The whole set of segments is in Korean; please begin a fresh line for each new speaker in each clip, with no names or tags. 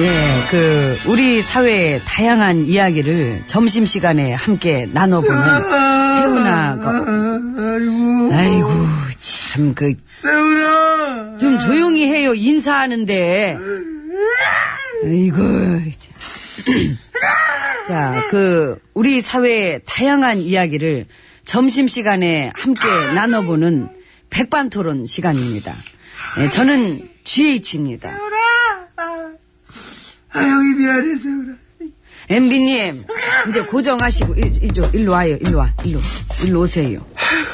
예, 그 우리 사회의 다양한 이야기를 점심 시간에 함께 나눠보는 세훈아가
아이고
아이고 참 그 좀
세훈아
조용히 해요 인사하는데 아이고 자그 우리 사회의 다양한 이야기를 점심 시간에 함께 나눠보는 백반토론 시간입니다. 예, 저는 GH입니다.
아 형이 미안해 세훈아
MB님, 이제 고정하시고, 이, 이쪽, 일로 와요, 일로 와, 일로, 일로 오세요.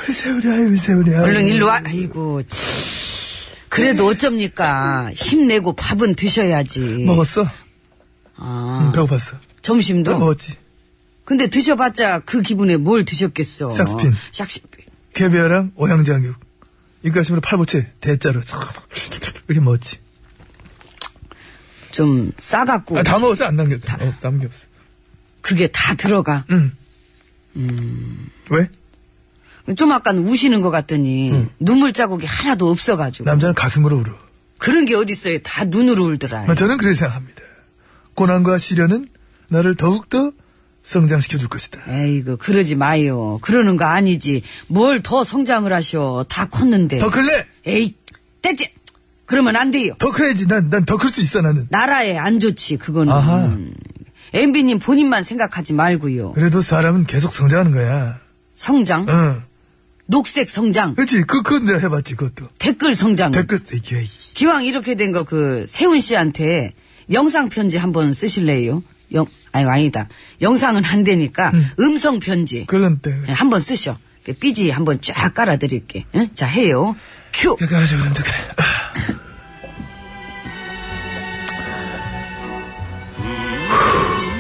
우리 세훈이 아이 우리 세훈이 아이
얼른 일로 와, 아이고, 참. 그래도 어쩝니까? 힘내고 밥은 드셔야지.
먹었어? 뭐,
아,
배고팠어
점심도?
먹었지
근데 드셔봤자 그 기분에 뭘 드셨겠어.
샥스핀.
샥스핀.
개비아랑 오양장육 입가심으로 팔보채 대자로 싹 이렇게 먹었지
좀 싸갖고.
아, 다 먹었어 안 남겼어 어, 남겼어
그게 다 들어가.
응 왜?
좀 아까 는 우시는 것 같더니, 눈물 자국이 하나도 없어가지고.
남자는 가슴으로 울어
그런 게 어딨어요. 다 눈으로 울더라.
아, 저는 그렇게 생각합니다 고난과 시련은 나를 더욱더 성장시켜줄 것이다
에이구, 그러지 마요. 그러는 거 아니지. 뭘 더 성장을 하셔. 다 컸는데.
더 클래
에이, 떼지! 그러면 안 돼요.
더 커야지 난 난 더 클 수 있어 나는
나라에 안 좋지, 그거는.
아하.
엠비님 본인만 생각하지 말고요.
그래도 사람은 계속 성장하는 거야
성장,
응
녹색 성장,
그렇지 그 그건 내가 해봤지 그것도
댓글 성장.
댓글 이게 이-
기왕 이렇게 된 거 그 세훈 씨한테 영상 편지 한번 쓰실래요? 영, 아니, 아니다. 영상은 안 되니까 음성 편지.
그런 때
예, 한번 쓰셔. 그 삐지 한번 쫙 깔아드릴게. 응? 자, 해요. 큐!
그렇게 하자 그럼 더 그래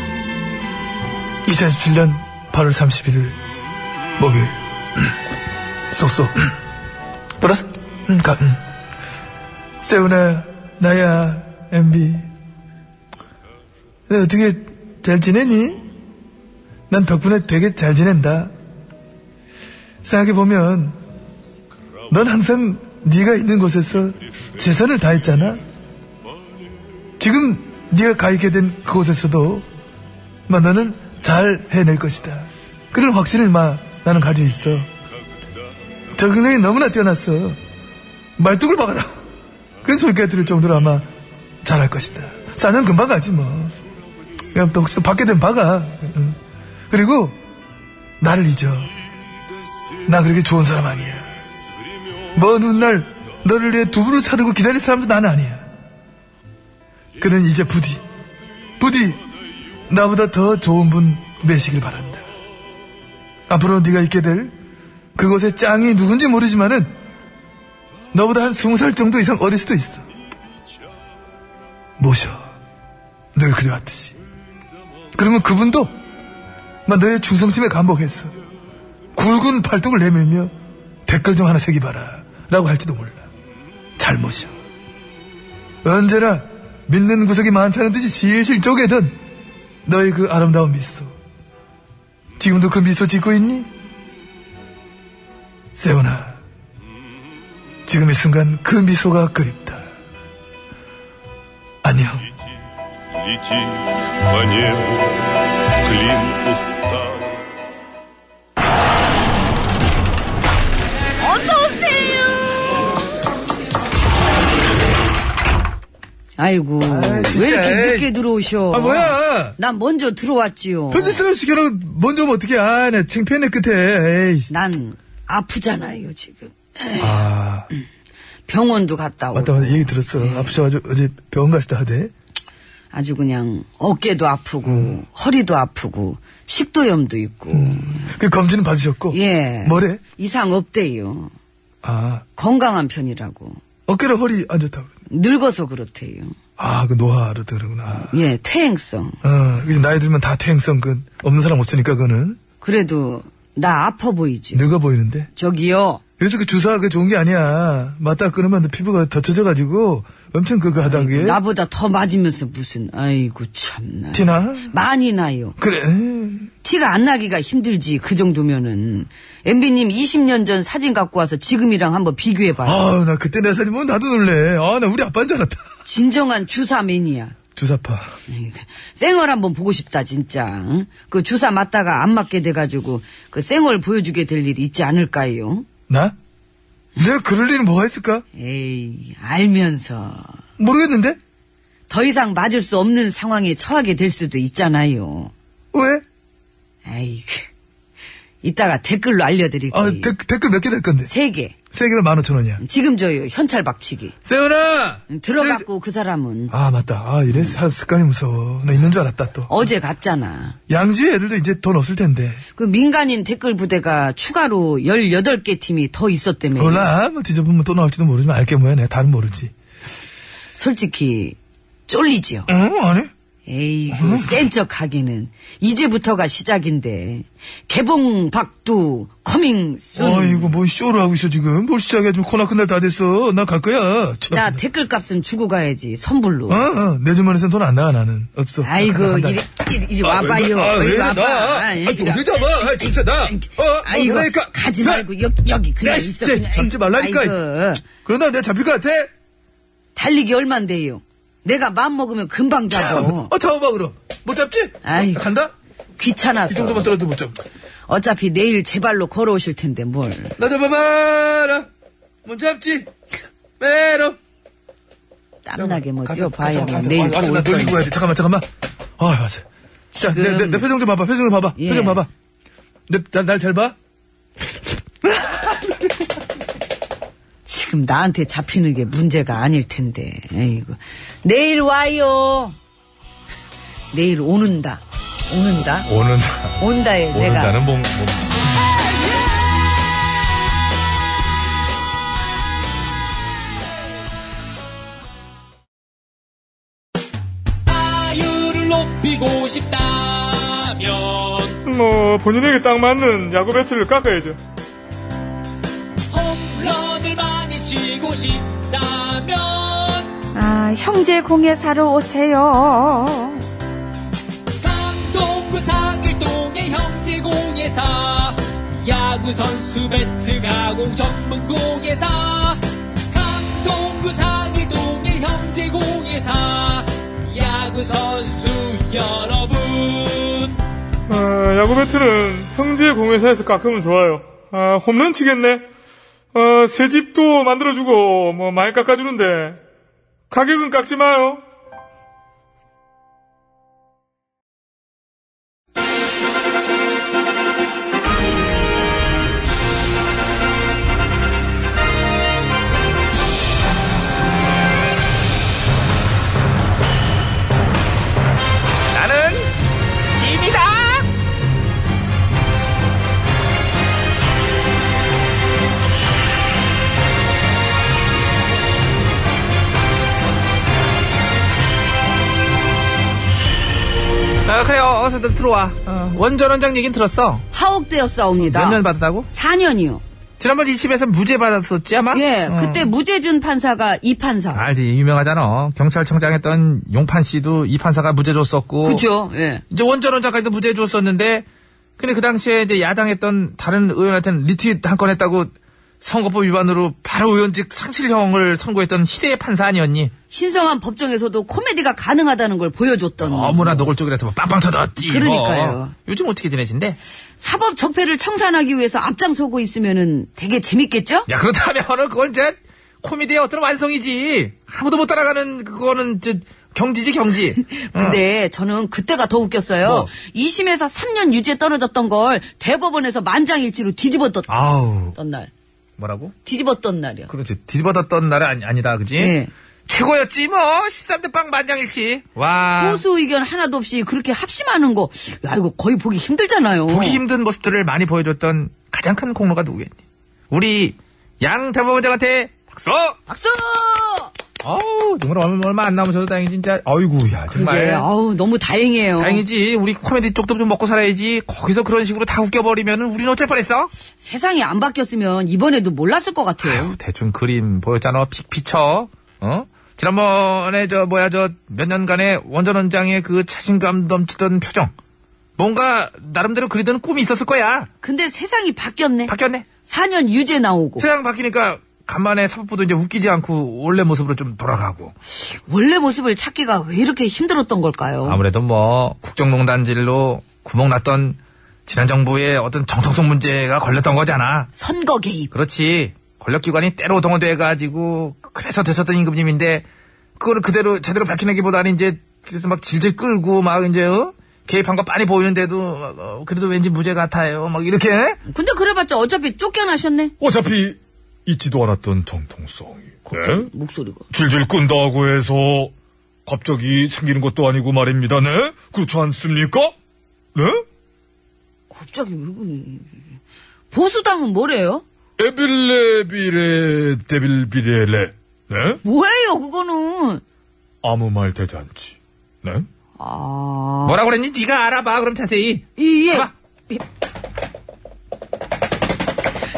후. 2017년 8월 31일 목요일 음. 쏙쏙 음. 플러스 음, 가 음. 세훈아 나야 MB 너 어떻게 잘 지내니? 난 덕분에 되게 잘 지낸다 생각해보면 넌 항상 네가 있는 곳에서 재산을 다했잖아. 지금 네가 가 있게 된 그곳에서도 마 너는 잘 해낼 것이다. 그런 확신을 마 나는 가지고 있어. 적응력이 너무나 뛰어났어. 말뚝을 박아라. 그 소리가 들을 정도로 아마 잘할 것이다. 사년 금방 가지 뭐. 그럼 또 혹시 또 받게 되면 박아. 응. 그리고 나를 잊어. 나 그렇게 좋은 사람 아니야. 먼 훗날 너를 위해 두부를 사들고 기다릴 사람도 나는 아니야. 그는 이제 부디, 부디 나보다 더 좋은 분 되시길 바란다. 앞으로 네가 있게 될 그곳의 짱이 누군지 모르지만은 너보다 한 스무 살 정도 이상 어릴 수도 있어. 모셔. 늘 그래왔듯이. 그러면 그분도 막 너의 충성심에 감복했어. 굵은 팔뚝을 내밀며 댓글 좀 하나 새기 봐라. 라고 할지도 몰라. 잘못이야. 언제나 믿는 구석이 많다는 듯이 실실 쪼개던 너의 그 아름다운 미소. 지금도 그 미소 짓고 있니? 세훈아, 지금 이 순간 그 미소가 그립다. 안녕.
Летит по небу клин устал.
어서오세요!
아이고
진짜,
왜 이렇게
에이.
늦게 들어오셔?
아, 뭐야!
난 먼저 들어왔지요.
편지 쓰는 시켜놓고 먼저 오면 어떡해. 아, 나 창피했네, 끝에. 에이.
난 아프잖아요 지금. 병원도 갔다 오고
맞다, 맞다. 얘기 아. 들었어. 아프셔가지고 어제 병원 가시다 하대.
아주 그냥 어깨도 아프고
음.
허리도 아프고 식도염도 있고
그 검진은 받으셨고.
예
뭐래?
이상 없대요.
아,
건강한 편이라고
어깨랑 허리 안 좋다고. 그러네.
늙어서 그렇대요.
아, 그 노화로 그러구나.
예 퇴행성.
어, 이제 나이 들면 다 퇴행성, 그, 없는 사람 없으니까, 그거는.
그래도 나 아파 보이죠.
늙어 보이는데.
저기요.
그래서 그 주사 그 좋은 게 아니야. 맞다 끊으면 너 피부가 덧쳐져가지고 엄청 그거 하다 그게.
나보다 더 맞으면서 무슨 아이고 참나.
예? 티나?
많이 나요.
그래.
티가 안 나기가 힘들지 그 정도면은 엠비님 20년 전 사진 갖고 와서 지금이랑 한번 비교해봐요.
아우, 나 그때 내 사진 보면 나도 놀래. 아, 나 우리 아빠인 줄 알았다.
진정한 주사 매니아.
주사파.
쌩얼 한번 보고 싶다 진짜. 응? 그 주사 맞다가 안 맞게 돼가지고 그 쌩얼 보여주게 될 일이 있지 않을까요?
나? 내가 그럴 일은 뭐가 있을까?
에이 알면서
모르겠는데?
더 이상 맞을 수 없는 상황에 처하게 될 수도 있잖아요.
왜?
에이 그, 이따가 댓글로 알려드릴게요.
아, 댓- 댓글 몇 개 될 건데?
세 개.
세 개면 만 오천 원이야.
지금 줘요 현찰 박치기.
세훈아!
들어갔고 그 사람은
아, 맞다. 아, 이래 사람 습관이 무서워. 나 있는 줄 알았다, 또.
어제 갔잖아.
양지 애들도 이제 돈 없을 텐데.
그 민간인 댓글 부대가 추가로 18개 팀이 더 있었다며.
몰라. 뭐 뒤져보면 또 나올지도 모르지만 알게 뭐야. 내가 다는 모르지.
솔직히 쫄리지요.
응? 아니? 음.
에이구 센척 하기는 이제부터가 시작인데 개봉 박두 커밍 순.
아이고, 뭐 쇼를 하고 있어, 지금. 뭘 시작해. 지금 코나 끝날 다 됐어. 나 갈 거야. 참.
나 댓글 값은 주고 가야지 선불로.
어, 어. 내 주머니에선 돈 안 나가, 나는. 없어.
아이고
간다,
이리
간다.
이리, 이리
아,
와봐요.
왜 그래? 아, 왜
이리
이래,
와봐.
나?
아,
아,
이리
좀
와.
늦어, 봐. 아, 진짜 나. 어, 어,
아이고
그러니까.
가지
나.
말고 여기 여기
야,
그냥 있어.
진짜
그냥.
참지 말라니까.
아이고.
그런다 내가 잡힐 것 같아?
달리기 얼만데요? 내가 마음 먹으면 금방 잡어.
어, 잡아봐, 그럼. 못 잡지?
아이고.
간다? 이
귀찮아서.
정도만 떨어도 못 잡아.
어차피 내일 제 발로 걸어오실 텐데 뭘.
나 잡아봐라. 못 잡지? 메로.
땀나게 뭐
가자,
뛰어봐야
가자, 가자.
내일
아, 아,
또올
나 놀리고
거야.
가야 돼. 잠깐만, 잠깐만. 아, 맞아. 자, 내, 내, 내 표정 좀 봐봐. 표정 좀 봐봐.
예.
표정 봐봐. 내, 날, 날 잘 봐?
지금 나한테 잡히는 게 문제가 아닐 텐데. 에이구. 내일 와요. 내일 오는다. 오는다.
오는,
온다에 내가
오는다는 몸, 몸.
아유를 높이고 싶다면
뭐 본인에게 딱 맞는 야구 배트를 깎아야죠.
홈런을 많이 치고 싶다면
아, 형제 공예 사러 오세요.
강동구 상일동의 형제공예사 야구선수 배트가공 전문공예사 강동구 상일동의 형제공예사 야구선수 여러분
아, 야구 배트는 형제 공회사에서 깎으면 좋아요. 아, 홈런 치겠네. 아, 새 집도 만들어주고 뭐 많이 깎아주는데 가격은 깎지 마요.
나는 짐이다.
아, 그래요. 어서 들어와. 원전 원장 얘긴 들었어.
파옥되었사옵니다.
몇 년 받았다고?
4년이요.
지난번 20에서 무죄 받았었지 아마?
예,
어.
그때 무재준 판사가 이 판사.
알지 아, 유명하잖아 경찰청장 했던 용판 씨도 이 판사가 무죄 줬었고
그죠? 예.
이제 원전 원장까지도 무죄 줬었는데 근데 그 당시에 이제 야당했던 다른 의원한테는 리트윗 한 건 했다고 선거법 위반으로 바로 의원직 상실형을 선고했던 시대의 판사 아니었니?
신성한 법정에서도 코미디가 가능하다는 걸 보여줬던
너무나 노골적이라서 뭐 빵빵 터졌지. 뭐.
그러니까요.
요즘 어떻게 지내신데?
사법 적폐를 청산하기 위해서 앞장서고 있으면은 되게 재밌겠죠?
야 그렇다면은 그건 이제 코미디의 어떤 완성이지.
아무도 못 따라가는 그거는 저 경지지 경지.
근데 저는 그때가 더 웃겼어요.
뭐?
이 2심에서 3년 유죄 떨어졌던 걸 대법원에서 만장일치로 뒤집었던
아우
날.
뭐라고?
뒤집었던 날이요.
그렇지 뒤집어졌던 날은 아니, 아니다 그지?
네.
최고였지 뭐 13대 빵 만장일치. 와
보수 의견 하나도 없이 그렇게 합심하는 거, 야, 이거 거의 보기 힘들잖아요.
보기 힘든 모습들을 많이 보여줬던 가장 큰 공로가 누구겠니? 우리 양 대법원장한테 박수.
박수!
아우 정말 얼마- 얼마 안 남으셔서 다행이 진짜. 아이고야 정말.
그게, 아우, 너무 다행이에요.
다행이지 우리 코미디 쪽도 좀 먹고 살아야지 거기서 그런 식으로 다 웃겨버리면 우리는 어쩔 뻔했어
세상이 안 바뀌었으면 이번에도 몰랐을 것 같아요.
아유, 대충 그림 보였잖아. 픽 피처. 어? 지난번에 저 뭐야 저 몇 년간의 원전 원장의 그 자신감 넘치던 표정. 뭔가 나름대로 그리던 꿈이 있었을 거야.
근데 세상이 바뀌었네.
바뀌었네.
4년 유죄 나오고.
아. 세상 바뀌니까 간만에 사법부도 이제 웃기지 않고 원래 모습으로 좀 돌아가고.
원래 모습을 찾기가 왜 이렇게 힘들었던 걸까요?
아무래도 뭐 국정농단질로 구멍났던 지난 정부의 어떤 정통성 문제가 걸렸던 거잖아.
선거 개입.
그렇지. 권력기관이 때로 동원돼가지고 그래서 되셨던 임금님인데 그거를 그대로 제대로 밝혀내기보다는 이제 그래서 막 질질 끌고 막 이제 어? 개입한 거 빤히 보이는데도 막, 어, 그래도 왠지 무죄 같아요. 막 이렇게
근데 그래봤자 어차피 쫓겨나셨네.
어차피 잊지도 않았던 정통성이. 네?
목소리가.
질질 끈다고 해서 갑자기 생기는 것도 아니고 말입니다. 네? 그렇지 않습니까? 네?
갑자기 왜 그래. 보수당은 뭐래요?
에빌레비레 데빌비레레. 네?
뭐예요, 그거는?
아무 말 대잔치. 네?
아.
뭐라고 그랬니? 네가 알아봐. 그럼 자세히.
이, 예.
가봐.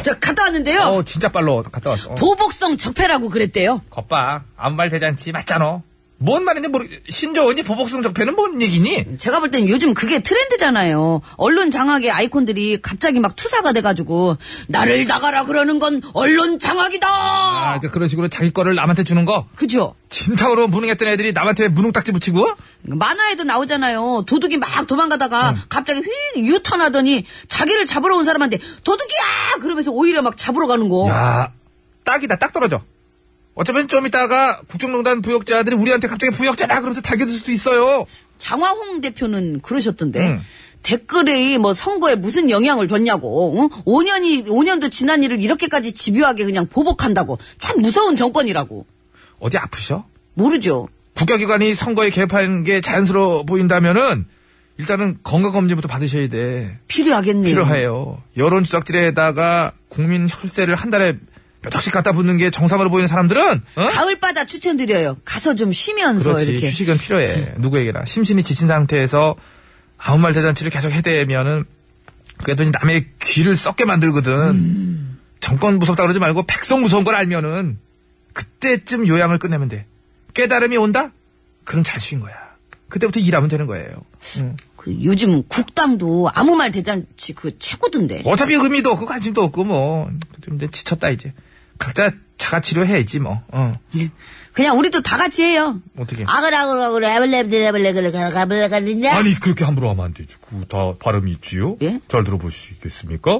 저, 갔다 왔는데요.
어 진짜 빨로 갔다 왔어. 어.
보복성 적폐라고 그랬대요.
겉봐. 아무 말 대잔치 맞잖아. 뭔 말인지 모르. 신조 언니 보복성 적폐는 뭔 얘기니?
제가 볼 땐 요즘 그게 트렌드잖아요. 언론 장악의 아이콘들이 갑자기 막 투사가 돼가지고, 나를 나가라 그러는 건 언론 장악이다!
아 그러니까 그런 식으로 자기 거를 남한테 주는 거.
그죠?
진탕으로 무능했던 애들이 남한테 무능딱지 붙이고.
만화에도 나오잖아요. 도둑이 막 도망가다가
네.
갑자기 휙 유턴하더니 자기를 잡으러 온 사람한테 도둑이야! 그러면서 오히려 막 잡으러 가는 거.
야, 아, 딱이다, 딱 떨어져. 어쩌면 좀 이따가 국정농단 부역자들이 우리한테 갑자기 부역자라 그러면서 달겨들 수도 있어요.
장화홍 대표는 그러셨던데.
음.
댓글이 뭐 선거에 무슨 영향을 줬냐고. 5년이 5년도 지난 일을 이렇게까지 집요하게 그냥 보복한다고. 참 무서운 정권이라고.
어디 아프셔?
모르죠.
국가기관이 선거에 개입하는 게 자연스러워 보인다면은 일단은 건강검진부터 받으셔야 돼.
필요하겠네요.
필요해요. 여론 조작질에다가 국민 혈세를 한 달에 몇 억씩 갖다 붙는 게 정상으로 보이는 사람들은 어?
가을바다 추천드려요. 가서 좀 쉬면서
그렇지
이렇게.
휴식은 필요해 누구에게나 심신이 지친 상태에서 아무 말 대잔치를 계속 해대면은 그래도 이제 남의 귀를 썩게 만들거든 정권 무섭다 그러지 말고 백성 무서운 걸 알면은 그때쯤 요양을 끝내면 돼 깨달음이 온다 그럼 잘 쉬인 거야 그때부터 일하면 되는 거예요
그 요즘 국당도 아무 말 대잔치 그 최고던데.
어차피 의미도 없고 관심도 없고 뭐좀 이제 지쳤다 이제 각자 자가 치료해야지 뭐 어.
예. 그냥 우리도 다 같이 해요.
어떻게
아글아글아글 에블레블레블레블레가가블레가리냐
아니 그렇게 함부로 하면 안 되죠. 그다 발음이 있지요.
예?
잘 들어보시겠습니까?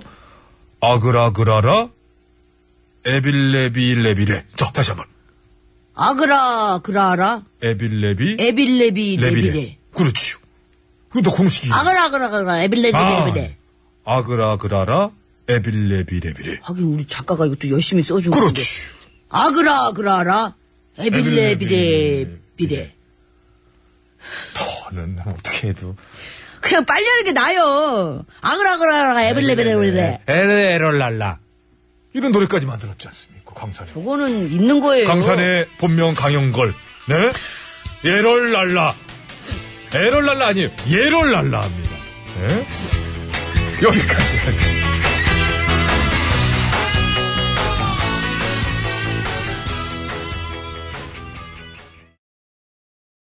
아그라그라라 에빌레비레비레. 자 다시 한번
아그라그라라
에빌레비
에빌레비 레비레
레비레. 그렇지요. 그거 다 공식이.
아그라그라그라 에빌레비
아,
레비레
아그라그라라 에빌레비레비레.
하긴 우리 작가가 이것도 열심히 써준 건데
그렇지.
아그라그라라 에빌레비 레비레
더는 어떻게 해도
그냥 빨리 하는 게 나아요 아그라그라라 에빌레비
네,
레비레
에레에럴랄라 이런 노래까지 만들었지 않습니까? 강산에.
저거는 있는 거예요
네. 강산의 본명 강영걸. 네? 예럴랄라. 에럴랄라 아니에요. 예럴랄라입니다. 네? 여기까지. 할게요.